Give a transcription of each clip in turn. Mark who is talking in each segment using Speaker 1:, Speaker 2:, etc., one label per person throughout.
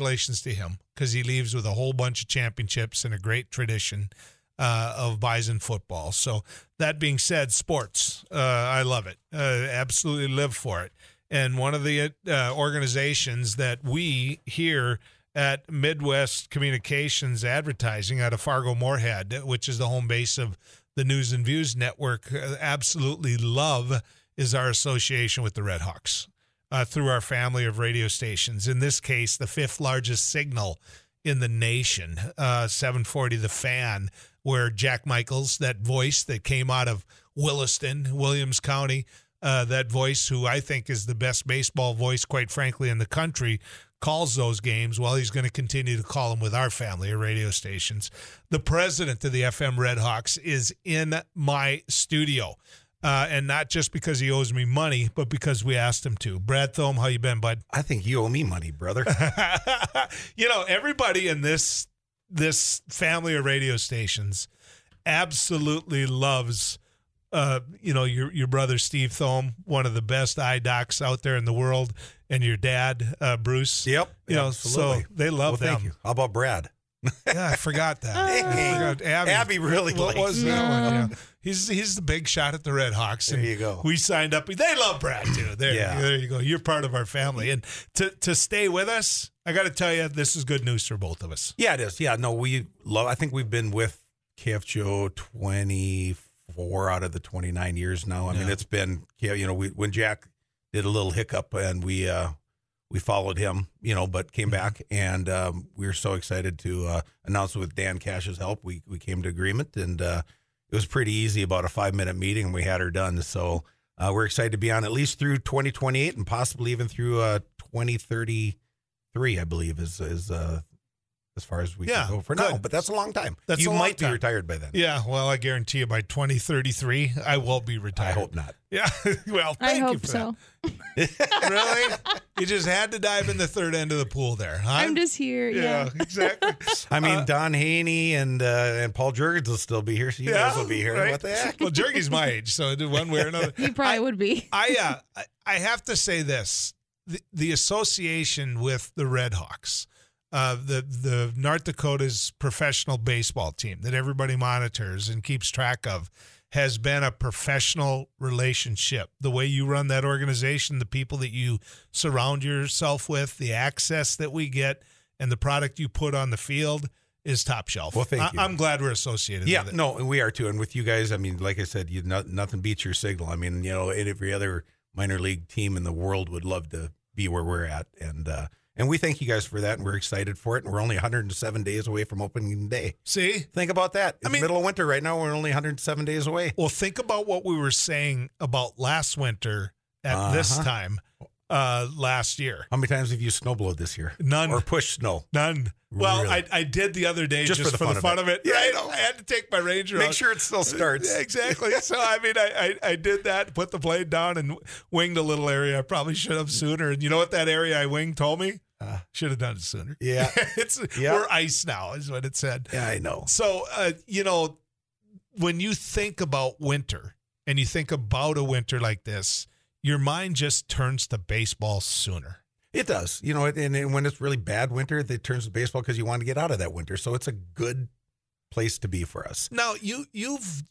Speaker 1: congratulations to him because he leaves with a whole bunch of championships and a great tradition uh, of Bison football. So that being said, sports, uh, I love it. Uh, absolutely live for it. And one of the uh, organizations that we here at Midwest Communications Advertising out of Fargo Moorhead, which is the home base of the News and Views Network, uh, absolutely love is our association with the Red Hawks uh, through our family of radio stations. In this case, the fifth largest signal in the nation, uh, 740 The Fan, where Jack Michaels, that voice that came out of Williston, Williams County, uh, that voice who I think is the best baseball voice, quite frankly, in the country, calls those games. Well, he's going to continue to call them with our family of radio stations. The president of the FM Redhawks is in my studio. Uh, and not just because he owes me money, but because we asked him to. Brad Thome, how you been, bud?
Speaker 2: I think you owe me money, brother.
Speaker 1: you know, everybody in this this family of radio stations absolutely loves uh, you know, your your brother Steve Thome, one of the best eye docs out there in the world, and your dad, uh, Bruce.
Speaker 2: Yep,
Speaker 1: You know,
Speaker 2: absolutely.
Speaker 1: so they love
Speaker 2: well,
Speaker 1: them.
Speaker 2: thank you. How about Brad?
Speaker 1: Yeah, I forgot that. I
Speaker 2: Dang.
Speaker 1: forgot. Abby.
Speaker 2: Abby really
Speaker 1: What
Speaker 2: likes
Speaker 1: was
Speaker 2: you.
Speaker 1: that one? Yeah. He's he's the big shot at the Red Hawks.
Speaker 2: There
Speaker 1: and
Speaker 2: you go.
Speaker 1: We signed up. They love Brad too. There,
Speaker 2: Yeah.
Speaker 1: there you go. You're part of our family, and to to stay with us, I got to tell you, this is good news for both of us.
Speaker 2: Yeah, it is. Yeah, no, we love. I think we've been with KFGO twenty four out of the twenty nine years now. I mean,
Speaker 1: Yeah.
Speaker 2: it's been yeah, you know, we when Jack did a little hiccup and we uh we followed him, you know, but
Speaker 1: Mm-hmm.
Speaker 2: came back and um, we were so excited to uh, announce with Dan Cash's help, we we came to agreement and uh, it was pretty easy. About a five minute meeting, and we had her done. So uh, we're excited to be on at least through twenty twenty eight and possibly even through uh, twenty thirty three. I believe is is uh, as far as we
Speaker 1: Yeah,
Speaker 2: can go for now.
Speaker 1: good.
Speaker 2: But that's a long time.
Speaker 1: That's
Speaker 2: you
Speaker 1: a long
Speaker 2: might
Speaker 1: time.
Speaker 2: be retired by then.
Speaker 1: Yeah, well, I guarantee you by 2033, I will be
Speaker 2: I
Speaker 1: retired.
Speaker 2: hope not.
Speaker 1: Yeah, well,
Speaker 3: I
Speaker 1: thank you
Speaker 3: hope
Speaker 1: for
Speaker 3: so.
Speaker 1: that. Really? You just had to dive in the third end of the pool there, huh?
Speaker 3: I'm just here. Yeah.
Speaker 1: yeah, exactly.
Speaker 2: I mean,
Speaker 1: Uh,
Speaker 2: Don Haney and uh, and Paul Jurgens will still be here, so you guys will be here.
Speaker 1: right?
Speaker 2: What the heck?
Speaker 1: Well, Jerky's my age, so one way or another.
Speaker 3: He probably would be.
Speaker 1: I uh, I- I have to say this: the, the association with the Red Hawks, uh, the the North Dakota's professional baseball team that everybody monitors and keeps track of, has been a professional relationship. The way you run that organization, the people that you surround yourself with, the access that we get, and the product you put on the field is top shelf.
Speaker 2: Well, thank
Speaker 1: I,
Speaker 2: you.
Speaker 1: I'm glad we're associated.
Speaker 2: Yeah,
Speaker 1: with it.
Speaker 2: no, and we are too. And with you guys, I mean, like I said, you no, nothing beats your signal. I mean, you know, and every other minor league team in the world would love to be where we're at, and uh, and we thank you guys for that, and we're excited for it. And we're only 107 days away from opening day.
Speaker 1: See,
Speaker 2: Think about that. It's
Speaker 1: I mean-
Speaker 2: middle of winter right now. We're only 107 days away.
Speaker 1: Well, think about what we were saying about last winter at this
Speaker 2: Uh-huh.
Speaker 1: time uh, last year.
Speaker 2: How many times have you snowblowed this year?
Speaker 1: None.
Speaker 2: Or pushed snow?
Speaker 1: None. Well,
Speaker 2: Really?
Speaker 1: I, I did the other day just, for the fun, of, it.
Speaker 2: Yeah, I
Speaker 1: Right?
Speaker 2: know.
Speaker 1: I had to take my Ranger
Speaker 2: Make
Speaker 1: out.
Speaker 2: sure it still starts.
Speaker 1: Yeah, exactly. So I mean, I, I I did that, put the blade down, and winged a little area. I probably should have sooner. And you know what that area I winged told me?
Speaker 2: Uh.
Speaker 1: should have done it sooner.
Speaker 2: Yeah.
Speaker 1: it's
Speaker 2: Yeah.
Speaker 1: we're ice now, is what it said.
Speaker 2: Yeah, I know.
Speaker 1: So, uh, you know, when you think about winter and you think about a winter like this, your mind just turns to baseball sooner.
Speaker 2: It does. You know, and, and when it's really bad winter, it turns to baseball because you want to get out of that winter. So it's a good place to be for us.
Speaker 1: Now, you you've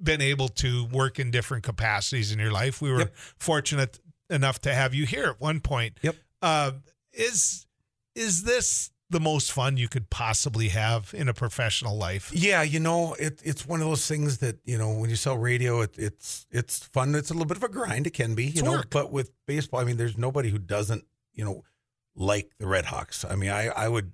Speaker 1: been able to work in different capacities in your life. We were
Speaker 2: Yep.
Speaker 1: fortunate enough to have you here at one point.
Speaker 2: Yep.
Speaker 1: Uh, is is this the most fun you could possibly have in a professional life?
Speaker 2: Yeah, you know, it, it's one of those things that you know when you sell radio, it, it's it's fun. It's a little bit of a grind. It can be, you
Speaker 1: It's
Speaker 2: know,
Speaker 1: work.
Speaker 2: but with baseball, I mean, there's nobody who doesn't, you know, like the Red Hawks. I mean, I I would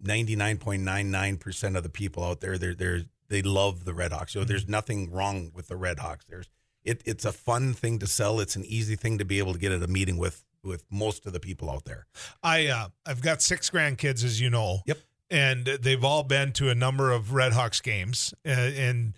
Speaker 2: ninety nine point nine nine percent of the people out there, they're they're they love the Red Hawks. So there's nothing wrong with the Red Hawks. There's it, it's a fun thing to sell. It's an easy thing to be able to get at a meeting with with most of the people out there.
Speaker 1: I uh, I've got six grandkids, as you know.
Speaker 2: Yep.
Speaker 1: And they've all been to a number of Redhawks games, uh, and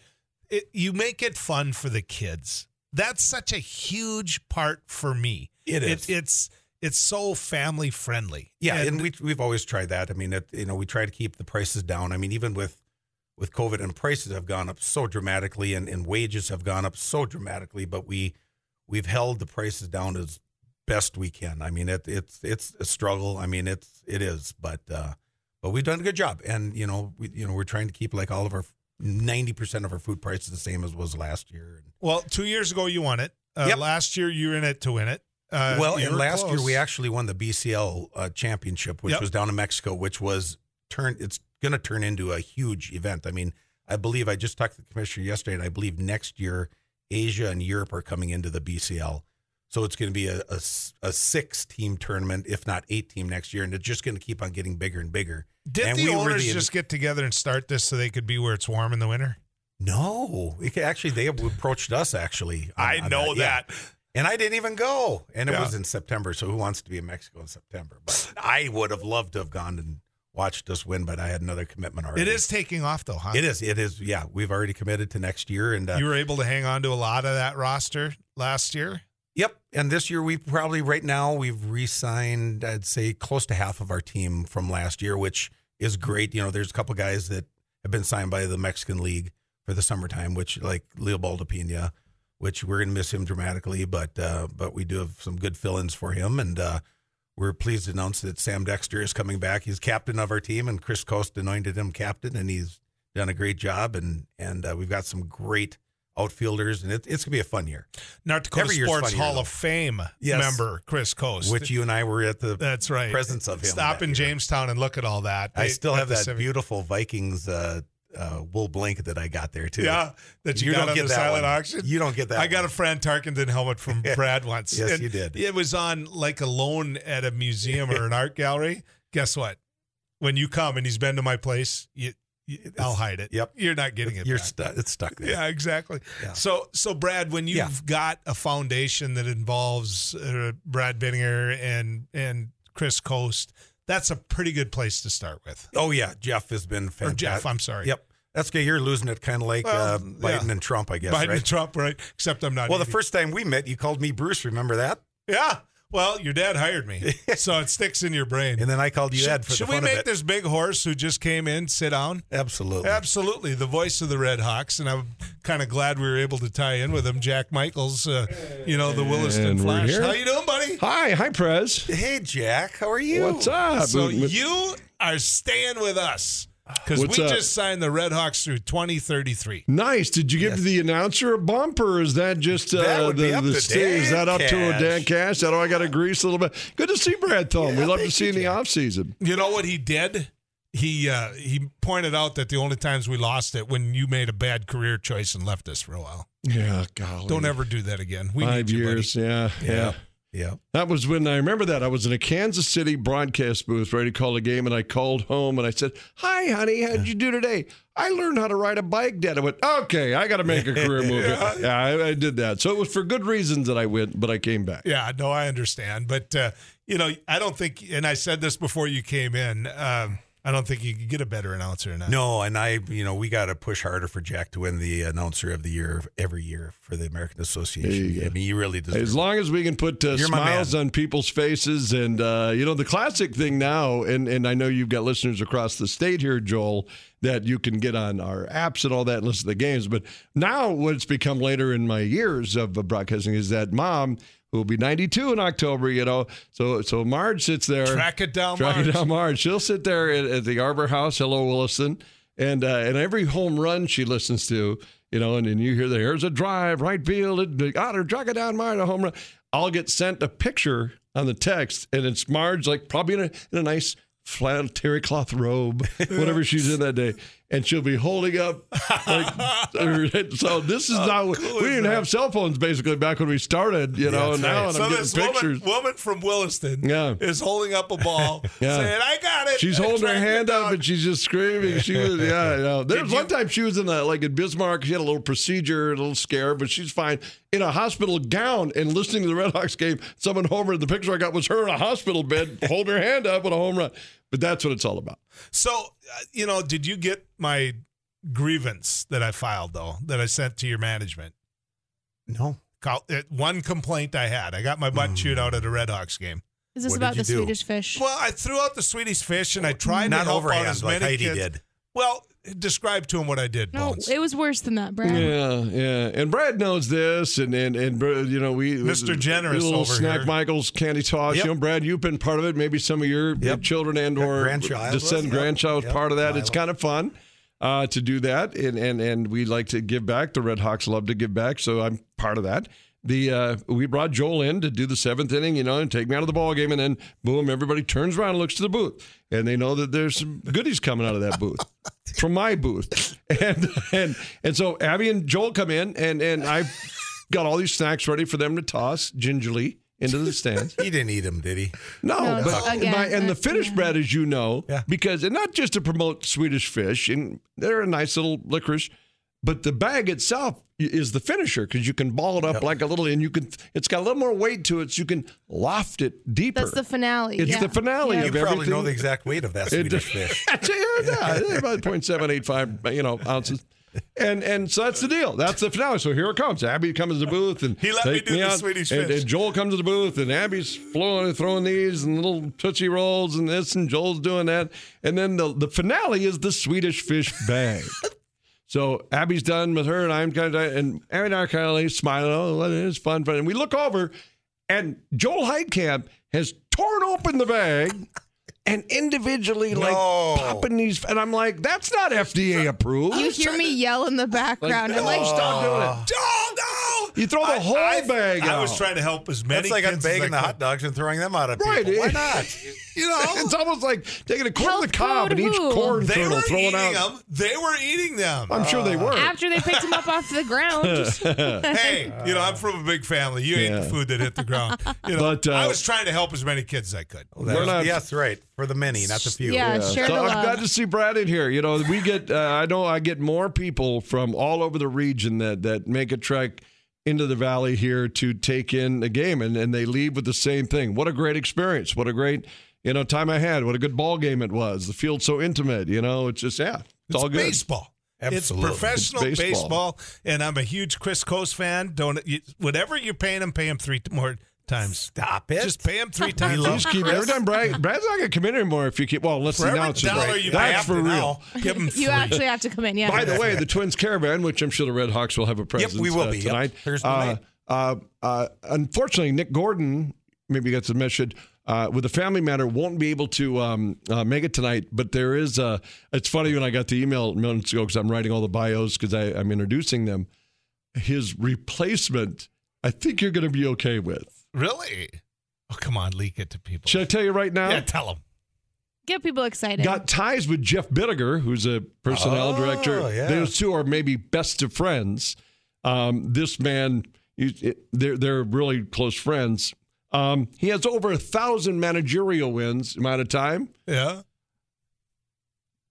Speaker 1: it, you make it fun for the kids. That's such a huge part for me.
Speaker 2: It is.
Speaker 1: it's it's so family friendly.
Speaker 2: Yeah, and, we we've always tried that. I mean, it, you know, we try to keep the prices down. I mean, even with with COVID and prices have gone up so dramatically, and, and wages have gone up so dramatically, but we we've held the prices down as best we can. I mean, it, it's it's a struggle. I mean, it's it is, but uh, but we've done a good job, and you know, we, you know, we're trying to keep like all of our ninety percent of our food prices the same as was last year.
Speaker 1: Well, two years ago you won it. Uh,
Speaker 2: Yep.
Speaker 1: Last year you were in it to win it. Uh,
Speaker 2: well,
Speaker 1: you
Speaker 2: and
Speaker 1: were
Speaker 2: last year
Speaker 1: close.
Speaker 2: we actually won the BCL uh, championship, which
Speaker 1: Yep.
Speaker 2: was down in Mexico, which was turn. It's going to turn into a huge event. I mean, I believe I just talked to the commissioner yesterday, and I believe next year Asia and Europe are coming into the BCL, so it's going to be a, a s- a six team tournament, if not eight team next year, and it's just going to keep on getting bigger and bigger.
Speaker 1: did
Speaker 2: and
Speaker 1: the
Speaker 2: we were
Speaker 1: owners
Speaker 2: the-
Speaker 1: just get together and start this so they could be where it's warm in the winter?
Speaker 2: No, it, ca- actually, they approached us actually. on- on Yeah. And I didn't even go. And it
Speaker 1: Yeah.
Speaker 2: was in September. So who wants to be in Mexico in September? But I would have loved to have gone and watched us win, but I had another commitment already.
Speaker 1: It is taking off though, huh?
Speaker 2: It is. It is. Yeah. We've already committed to next year. And uh,
Speaker 1: You were able to hang on to a lot of that roster last year.
Speaker 2: yep. And this year, we probably, right now, we've re signed, I'd say, close to half of our team from last year, which is great. You know, there's a couple guys that have been signed by the Mexican League for the summertime, which, like Leopoldo Pena, which we're going to miss him dramatically, but uh, but we do have some good fill ins for him. And, uh, we're pleased to announce that Sam Dexter is coming back. He's captain of our team, and Chris Coast anointed him captain, and he's done a great job. And and uh, we've got some great outfielders, and it, it's gonna be a fun year.
Speaker 1: North Dakota
Speaker 2: Every year's
Speaker 1: Sports
Speaker 2: funnier,
Speaker 1: Hall
Speaker 2: though.
Speaker 1: of Fame
Speaker 2: Yes.
Speaker 1: member Chris Coast.
Speaker 2: Which you and I were at the
Speaker 1: that's right.
Speaker 2: presence of him.
Speaker 1: Stop
Speaker 2: that
Speaker 1: in
Speaker 2: year.
Speaker 1: Jamestown and look at all that.
Speaker 2: I
Speaker 1: They-
Speaker 2: still
Speaker 1: at
Speaker 2: have
Speaker 1: the
Speaker 2: that
Speaker 1: civic-
Speaker 2: beautiful Vikings uh, uh, wool blanket that I got there too.
Speaker 1: Yeah, that you, got on the silent
Speaker 2: one.
Speaker 1: auction.
Speaker 2: You don't get that.
Speaker 1: I got a
Speaker 2: one.
Speaker 1: Fran Tarkenton helmet from Brad once.
Speaker 2: Yes,
Speaker 1: and
Speaker 2: you did.
Speaker 1: It was on like a loan at a museum or an art gallery. Guess what? When you come and he's been to my place, you, you, I'll hide it.
Speaker 2: yep.
Speaker 1: You're not getting it.
Speaker 2: You're
Speaker 1: back.
Speaker 2: stuck. It's stuck there.
Speaker 1: Yeah, exactly.
Speaker 2: Yeah.
Speaker 1: So, so Brad, when you've
Speaker 2: Yeah.
Speaker 1: got a foundation that involves uh, Brad Binninger and and Chris Coast, that's a pretty good place to start with.
Speaker 2: Oh yeah, Jeff has been
Speaker 1: Or
Speaker 2: fantastic.
Speaker 1: Jeff, I'm sorry,
Speaker 2: Yep. That's good. You're losing it kind of like
Speaker 1: Well,
Speaker 2: uh, Biden
Speaker 1: yeah.
Speaker 2: and Trump, I guess,
Speaker 1: Biden
Speaker 2: right?
Speaker 1: and Trump, right? Except I'm not.
Speaker 2: Well, the
Speaker 1: eating.
Speaker 2: first time we met, you called me Bruce. Remember that?
Speaker 1: yeah. Well, your dad hired me, so it sticks in your brain.
Speaker 2: And then I called you
Speaker 1: should
Speaker 2: Ed for
Speaker 1: should
Speaker 2: the
Speaker 1: we
Speaker 2: fun
Speaker 1: make
Speaker 2: of it.
Speaker 1: this big horse who just came in sit down?
Speaker 2: Absolutely.
Speaker 1: Absolutely, the voice of the Red Hawks, and I'm kind of glad we were able to tie in with him, Jack Michaels. Uh, you know the Williston
Speaker 3: And we're
Speaker 1: Flash.
Speaker 3: here.
Speaker 1: How you doing, buddy?
Speaker 3: Hi, hi, Prez.
Speaker 2: Hey, Jack, how are you?
Speaker 3: What's up?
Speaker 1: So
Speaker 3: With- with-
Speaker 1: you are staying with us because we
Speaker 3: What's up?
Speaker 1: just signed the Red Hawks through 2033.
Speaker 3: nice. Did you give
Speaker 2: Yes.
Speaker 3: the announcer a bump, or is that just uh,
Speaker 2: That would
Speaker 3: the,
Speaker 2: be up
Speaker 3: the
Speaker 2: to
Speaker 3: sta- Is
Speaker 2: Dan
Speaker 3: that up to a
Speaker 2: Cash.
Speaker 3: Dan Cash? That I got to grease a little bit. Good to see Brad Thom. we love to see you in the off season.
Speaker 1: You know what he did? He uh, he pointed out that the only times we lost it when you made a bad career choice and left us for a while.
Speaker 3: Yeah, golly.
Speaker 1: Don't ever do that again. We
Speaker 3: Five
Speaker 1: need you, buddy.
Speaker 3: years. Yeah, yeah,
Speaker 2: Yeah. Yeah.
Speaker 3: That was when I remember that I was in a Kansas City broadcast booth, ready to call a game, and I called home and I said, "Hi, honey, how'd you do today? I learned how to ride a bike, Dad." I went, "Okay, I got to make a career move." yeah, I, I did that. So it was for good reasons that I went, but I came back.
Speaker 1: Yeah, no, I understand, but uh, you know, I don't think, and I said this before you came in. Um, I don't think you could get a better announcer than that.
Speaker 2: No, and I, you know, we got to push harder for Jack to win the announcer of the year every year for the American
Speaker 3: There
Speaker 2: Association.
Speaker 3: you
Speaker 2: I mean, you really deserve
Speaker 3: As long as we can put uh,
Speaker 2: You're my
Speaker 3: smiles on people's faces, and uh, you know the classic thing now, and and I know you've got listeners across the state here, Joel, that you can get on our apps and all that and listen to the games. But now, what's become later in my years of uh, broadcasting is that mom who will be 92 in October, you know, so so Marge sits there.
Speaker 1: track it down,
Speaker 3: Track
Speaker 1: Marge.
Speaker 3: it down, Marge. She'll sit there at, at the Arbor House. Hello, Williston. And uh, and every home run she listens to, you know, and, and you hear the here's a drive, right field, it- the otter, track it down, Marge, a home run. I'll get sent a picture on the text, and it's Marge, like probably in a, in a nice flannel terry cloth robe, whatever she's in that day, and she'll be holding up. Like, so this is not.
Speaker 1: Oh, cool
Speaker 3: we
Speaker 1: is
Speaker 3: didn't
Speaker 1: that?
Speaker 3: have cell phones basically back when we started, you know.
Speaker 2: that's
Speaker 3: now
Speaker 2: right.
Speaker 3: and
Speaker 1: so
Speaker 3: I'm
Speaker 1: this
Speaker 3: getting pictures.
Speaker 1: woman, woman from Williston
Speaker 3: Yeah.
Speaker 1: is holding up a ball,
Speaker 3: Yeah.
Speaker 1: saying, "I got it."
Speaker 3: She's holding her
Speaker 1: Track it
Speaker 3: hand up
Speaker 1: down.
Speaker 3: and she's just screaming. She was, yeah, I know. There's
Speaker 1: you-
Speaker 3: one time she was in a, like in Bismarck, she had a little procedure, a little scare, but she's fine in a hospital gown and listening to the Red Hawks game. Someone homered. The picture I got was her in a hospital bed holding her hand up with a home run. But that's what it's all about.
Speaker 1: So, uh, you know, did you get my grievance that I filed though that I sent to your management?
Speaker 2: No.
Speaker 1: Call- it- One complaint I had, I got my
Speaker 3: Hmm.
Speaker 1: butt chewed out at a Red Hawks game.
Speaker 4: Is this
Speaker 2: What
Speaker 4: about
Speaker 2: did you
Speaker 4: the
Speaker 2: do?
Speaker 4: Swedish fish?
Speaker 1: Well, I threw out the Swedish fish and I tried to
Speaker 2: Not
Speaker 1: help out
Speaker 2: overhand
Speaker 1: as
Speaker 2: like
Speaker 1: many
Speaker 2: Heidi
Speaker 1: kids.
Speaker 2: did.
Speaker 1: Well, describe to him what I did.
Speaker 4: No,
Speaker 1: Bones.
Speaker 4: it was worse than that, Brad.
Speaker 3: Yeah, yeah. And Brad knows this, and and and Br- you know we
Speaker 1: Mr. Generous
Speaker 3: little
Speaker 1: over
Speaker 3: snack
Speaker 1: here.
Speaker 3: Michaels candy toss.
Speaker 2: Yep.
Speaker 3: You know, Brad, you've been part of it. Maybe some of your, your
Speaker 2: Yep.
Speaker 3: children and or
Speaker 2: Grandchild was,
Speaker 3: descend
Speaker 2: yep,
Speaker 3: grandchild
Speaker 2: yep,
Speaker 3: part of that. It's
Speaker 2: Milo.
Speaker 3: kind of fun. Uh, to do that, and, and and we like to give back. The Red Hawks love to give back, so I'm part of that. The uh, we brought Joel in to do the seventh inning, you know, and take me out of the ball game, and then boom, everybody turns around, and looks to the booth, and they know that there's some goodies coming out of that booth from my booth, and and and so Abby and Joel come in, and and I got all these snacks ready for them to toss gingerly into the stands.
Speaker 2: He didn't eat them, did he?
Speaker 3: No,
Speaker 4: No,
Speaker 3: but
Speaker 4: again,
Speaker 3: my, and the
Speaker 4: that's-
Speaker 3: Finnish
Speaker 4: yeah.
Speaker 3: bread, as you know,
Speaker 2: Yeah.
Speaker 3: because and not just to promote Swedish fish, and they're a nice little licorice, but the bag itself i- is the finisher because you can ball it up like a little, and you can. It's got a little more weight to it, so you can loft it deeper.
Speaker 4: That's the finale.
Speaker 3: It's
Speaker 4: yeah.
Speaker 3: the finale
Speaker 4: Yeah.
Speaker 2: You
Speaker 3: of
Speaker 2: probably know
Speaker 3: everything.
Speaker 2: the exact weight of that
Speaker 3: It-
Speaker 2: Swedish fish.
Speaker 3: That's it, yeah, yeah, about 0.785, you know, ounces. And and so that's the deal. That's the finale. So here it comes. Abby comes to the booth and
Speaker 1: He let me
Speaker 3: take
Speaker 1: do the
Speaker 3: out,
Speaker 1: Swedish
Speaker 3: and,
Speaker 1: fish.
Speaker 3: and Joel comes to the booth and Abby's flowing and throwing these and little tootsie rolls and this and Joel's doing that. And then the the finale is the Swedish fish bag. So Abby's done with her, and I'm kind of, and Abby and I are kind of like smiling. Oh, well, it's fun, fun. And we look over, and Joel Heidkamp has torn open the bag and individually, like,
Speaker 2: No.
Speaker 3: popping these. And I'm like, that's not FDA approved.
Speaker 4: You hear me yell in the background. I'm like,
Speaker 3: stop doing it.
Speaker 1: Oh, no!
Speaker 3: You throw the
Speaker 1: I-
Speaker 3: whole
Speaker 1: I-
Speaker 3: bag
Speaker 1: I was
Speaker 3: out.
Speaker 1: trying to help as many
Speaker 2: That's like
Speaker 1: kids as I
Speaker 2: unbagging the
Speaker 1: could.
Speaker 2: hot dogs and throwing them out at
Speaker 3: Right.
Speaker 2: people. Why not?
Speaker 1: You know,
Speaker 3: It's almost like taking a corn of the
Speaker 4: Health
Speaker 3: cob and
Speaker 4: code
Speaker 3: each
Speaker 4: who?
Speaker 3: corn
Speaker 1: they
Speaker 3: kernel
Speaker 1: were
Speaker 3: throwing
Speaker 1: eating Uh,
Speaker 3: out.
Speaker 1: them. They were eating them.
Speaker 3: I'm sure they were.
Speaker 4: after they picked him up off the ground. just-
Speaker 1: hey, you know, I'm from a big family. You ate the
Speaker 3: Yeah.
Speaker 1: food that hit the ground. You know,
Speaker 3: But, uh,
Speaker 1: I was trying to help as many kids as I could.
Speaker 2: Oh, that
Speaker 3: We're
Speaker 2: was-
Speaker 3: not-
Speaker 2: yes, right. For the many, not the few.
Speaker 4: Yeah, share
Speaker 3: so
Speaker 4: the
Speaker 3: I'm
Speaker 4: love.
Speaker 3: glad to see Brad in here. You know, we get uh, I know I get more people from all over the region that that make a trek into the valley here to take in a game and, and they leave with the same thing. What a great experience. What a great you know time I had. What a good ball game it was. The field's so intimate, you know, it's just yeah. It's,
Speaker 1: It's
Speaker 3: all good.
Speaker 1: baseball.
Speaker 2: Absolutely.
Speaker 1: It's professional
Speaker 3: It's baseball.
Speaker 1: baseball. and I'm a huge Chris Coase fan. Don't you, whatever you're paying him, pay him three t- more times.
Speaker 2: Stop it.
Speaker 1: Just pay him three times.
Speaker 3: You just keep every time Brad, Brad's not gonna come in anymore if you keep well let's
Speaker 1: for
Speaker 3: see
Speaker 1: every
Speaker 3: now it's
Speaker 1: dollar
Speaker 3: right.
Speaker 1: you pay
Speaker 3: That's
Speaker 1: after
Speaker 3: for real.
Speaker 1: now, give him three.
Speaker 4: you actually have to come in. Yeah.
Speaker 3: By the way, the Twins caravan, which I'm sure the Red Hawks will have a presence.
Speaker 2: we will
Speaker 3: uh,
Speaker 2: be, yep,
Speaker 3: tonight.
Speaker 2: Thursday
Speaker 3: Uh,
Speaker 2: night.
Speaker 3: Uh, uh, unfortunately, Nick Gordon, maybe you got some message uh, with a family matter, won't be able to um, uh, make it tonight. But there is. Uh, it's funny when I got the email minutes ago because I'm writing all the bios because I'm introducing them. His replacement, I think you're going to be okay with.
Speaker 1: really? Oh, come on, leak it to people.
Speaker 3: Should I tell you right now?
Speaker 1: yeah, tell them.
Speaker 4: get people excited.
Speaker 3: Got ties with Jeff Bittiger, who's a personnel
Speaker 2: Oh,
Speaker 3: director.
Speaker 2: yeah.
Speaker 3: Those two are maybe best of friends. Um, this man, you, it, they're they're really close friends. Um, he has over a thousand managerial wins amount of time.
Speaker 1: Yeah.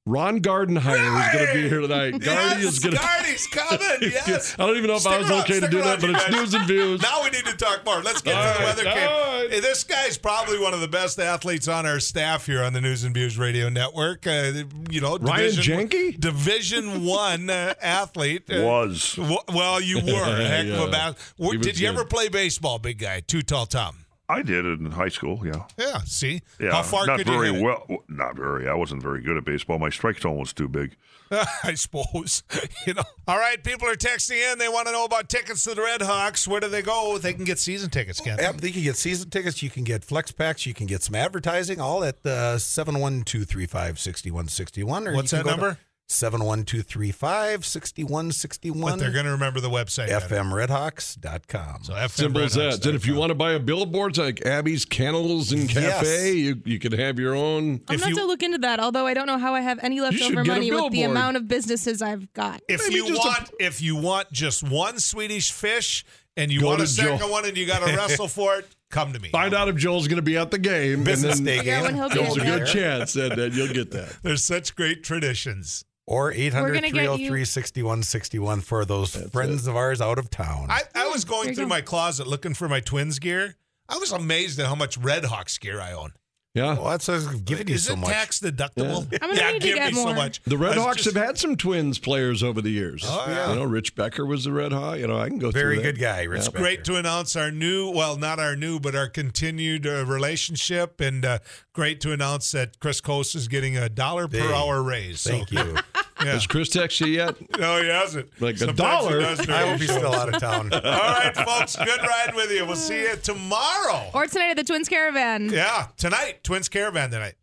Speaker 3: Ron Gardenhire is going to be here tonight. Gardy
Speaker 1: Yes,
Speaker 3: is going to.
Speaker 1: Gardy's coming. Yes.
Speaker 3: I don't even know if
Speaker 1: Stick
Speaker 3: I was
Speaker 1: around,
Speaker 3: okay to
Speaker 1: stick
Speaker 3: do
Speaker 1: around,
Speaker 3: that, but
Speaker 1: you
Speaker 3: it's
Speaker 1: guys.
Speaker 3: news and views.
Speaker 1: Now we need to talk more. Let's get
Speaker 3: All
Speaker 1: to the
Speaker 3: right,
Speaker 1: weather
Speaker 3: all
Speaker 1: cam.
Speaker 3: right.
Speaker 1: Hey, this guy's probably one of the best athletes on our staff here on the News and Views Radio Network. Uh, you know,
Speaker 3: Ryan
Speaker 1: Division-
Speaker 3: Jenke?
Speaker 1: Division One uh, athlete uh,
Speaker 3: Was.
Speaker 1: w- well, you were a heck of
Speaker 3: Yeah.
Speaker 1: a bat.
Speaker 3: He
Speaker 1: Were,
Speaker 3: was
Speaker 1: did you
Speaker 3: good.
Speaker 1: ever play baseball, big guy? Too tall, Tom.
Speaker 5: I did it in high school. Yeah,
Speaker 1: Yeah. See,
Speaker 5: yeah.
Speaker 1: how far
Speaker 5: not
Speaker 1: could
Speaker 5: very
Speaker 1: you? hit it?
Speaker 5: well. w- Not very. I wasn't very good at baseball. My strike zone was too big.
Speaker 1: I suppose. You know. All right, people are texting in. They want to know about tickets to the Red Hawks. Where do they go? They can get season tickets, can't they?
Speaker 2: Yep, you can get season tickets, you can get flex packs, you can get some advertising, all at uh, 712-335-6161. Or
Speaker 1: What's that number?
Speaker 2: 712-335-6161.
Speaker 1: But they're going to remember the website. better.
Speaker 2: FMRedhawks.com.
Speaker 1: So FM
Speaker 3: Simple as
Speaker 1: Red Hawks
Speaker 3: that. And if you want to buy a billboard like Abby's Kennels and
Speaker 2: Yes.
Speaker 3: Cafe, you, you can have your own.
Speaker 4: I'm
Speaker 1: if you-
Speaker 4: going to have to look into that, although I don't know how I have any
Speaker 3: should
Speaker 4: leftover
Speaker 3: get a
Speaker 4: money with the
Speaker 3: billboard.
Speaker 4: amount of businesses I've got.
Speaker 1: if
Speaker 3: Maybe
Speaker 1: you
Speaker 3: just a-
Speaker 1: want if you want just one Swedish fish and you
Speaker 3: Go
Speaker 1: want a
Speaker 3: to
Speaker 1: second
Speaker 3: Joel.
Speaker 1: one and you got to wrestle for it, come to me.
Speaker 3: Find out if Joel's going to be at the game.
Speaker 2: Business
Speaker 3: and then
Speaker 2: Day
Speaker 4: Yeah, when
Speaker 2: game.
Speaker 4: he'll be
Speaker 3: There's a
Speaker 4: Yeah.
Speaker 3: good chance that, that you'll get that.
Speaker 1: There's such great traditions.
Speaker 2: Or 800
Speaker 4: gonna get you-
Speaker 2: 303 6161 for those friends of ours out of town.
Speaker 1: I, I was going
Speaker 4: there you
Speaker 1: through
Speaker 4: go.
Speaker 1: my closet looking for my Twins gear. I was amazed at how much Red Hawks gear I own.
Speaker 3: Yeah.
Speaker 2: well, that's what's giving you
Speaker 1: Is
Speaker 2: so
Speaker 1: it
Speaker 2: much.
Speaker 1: tax deductible?
Speaker 4: I'm gonna need to
Speaker 1: give
Speaker 4: get
Speaker 1: me so
Speaker 4: more.
Speaker 1: much.
Speaker 3: The Red
Speaker 1: I was
Speaker 3: Hawks
Speaker 1: just-
Speaker 3: have had some twins players over the years.
Speaker 1: Oh, yeah.
Speaker 3: You know, Rich Becker was the Red Hawk. You know, I can go
Speaker 2: Very
Speaker 3: through that.
Speaker 2: good guy, Rich. Becker.
Speaker 1: Great to announce our new, well, not our new, but our continued uh, relationship, and uh, great to announce that Chris Coase is getting a dollar per
Speaker 2: Hey,
Speaker 1: hour raise. So
Speaker 2: Thank you.
Speaker 1: Yeah.
Speaker 3: Has Chris texted you yet?
Speaker 1: No, he hasn't.
Speaker 3: Like a
Speaker 1: Sometimes
Speaker 3: dollar.
Speaker 1: he does during
Speaker 2: I will be
Speaker 1: the show.
Speaker 2: still out of town.
Speaker 1: All right, folks. Good ride with you. We'll see you tomorrow.
Speaker 4: Or tonight at the Twins Caravan.
Speaker 1: Yeah, tonight, Twins Caravan tonight.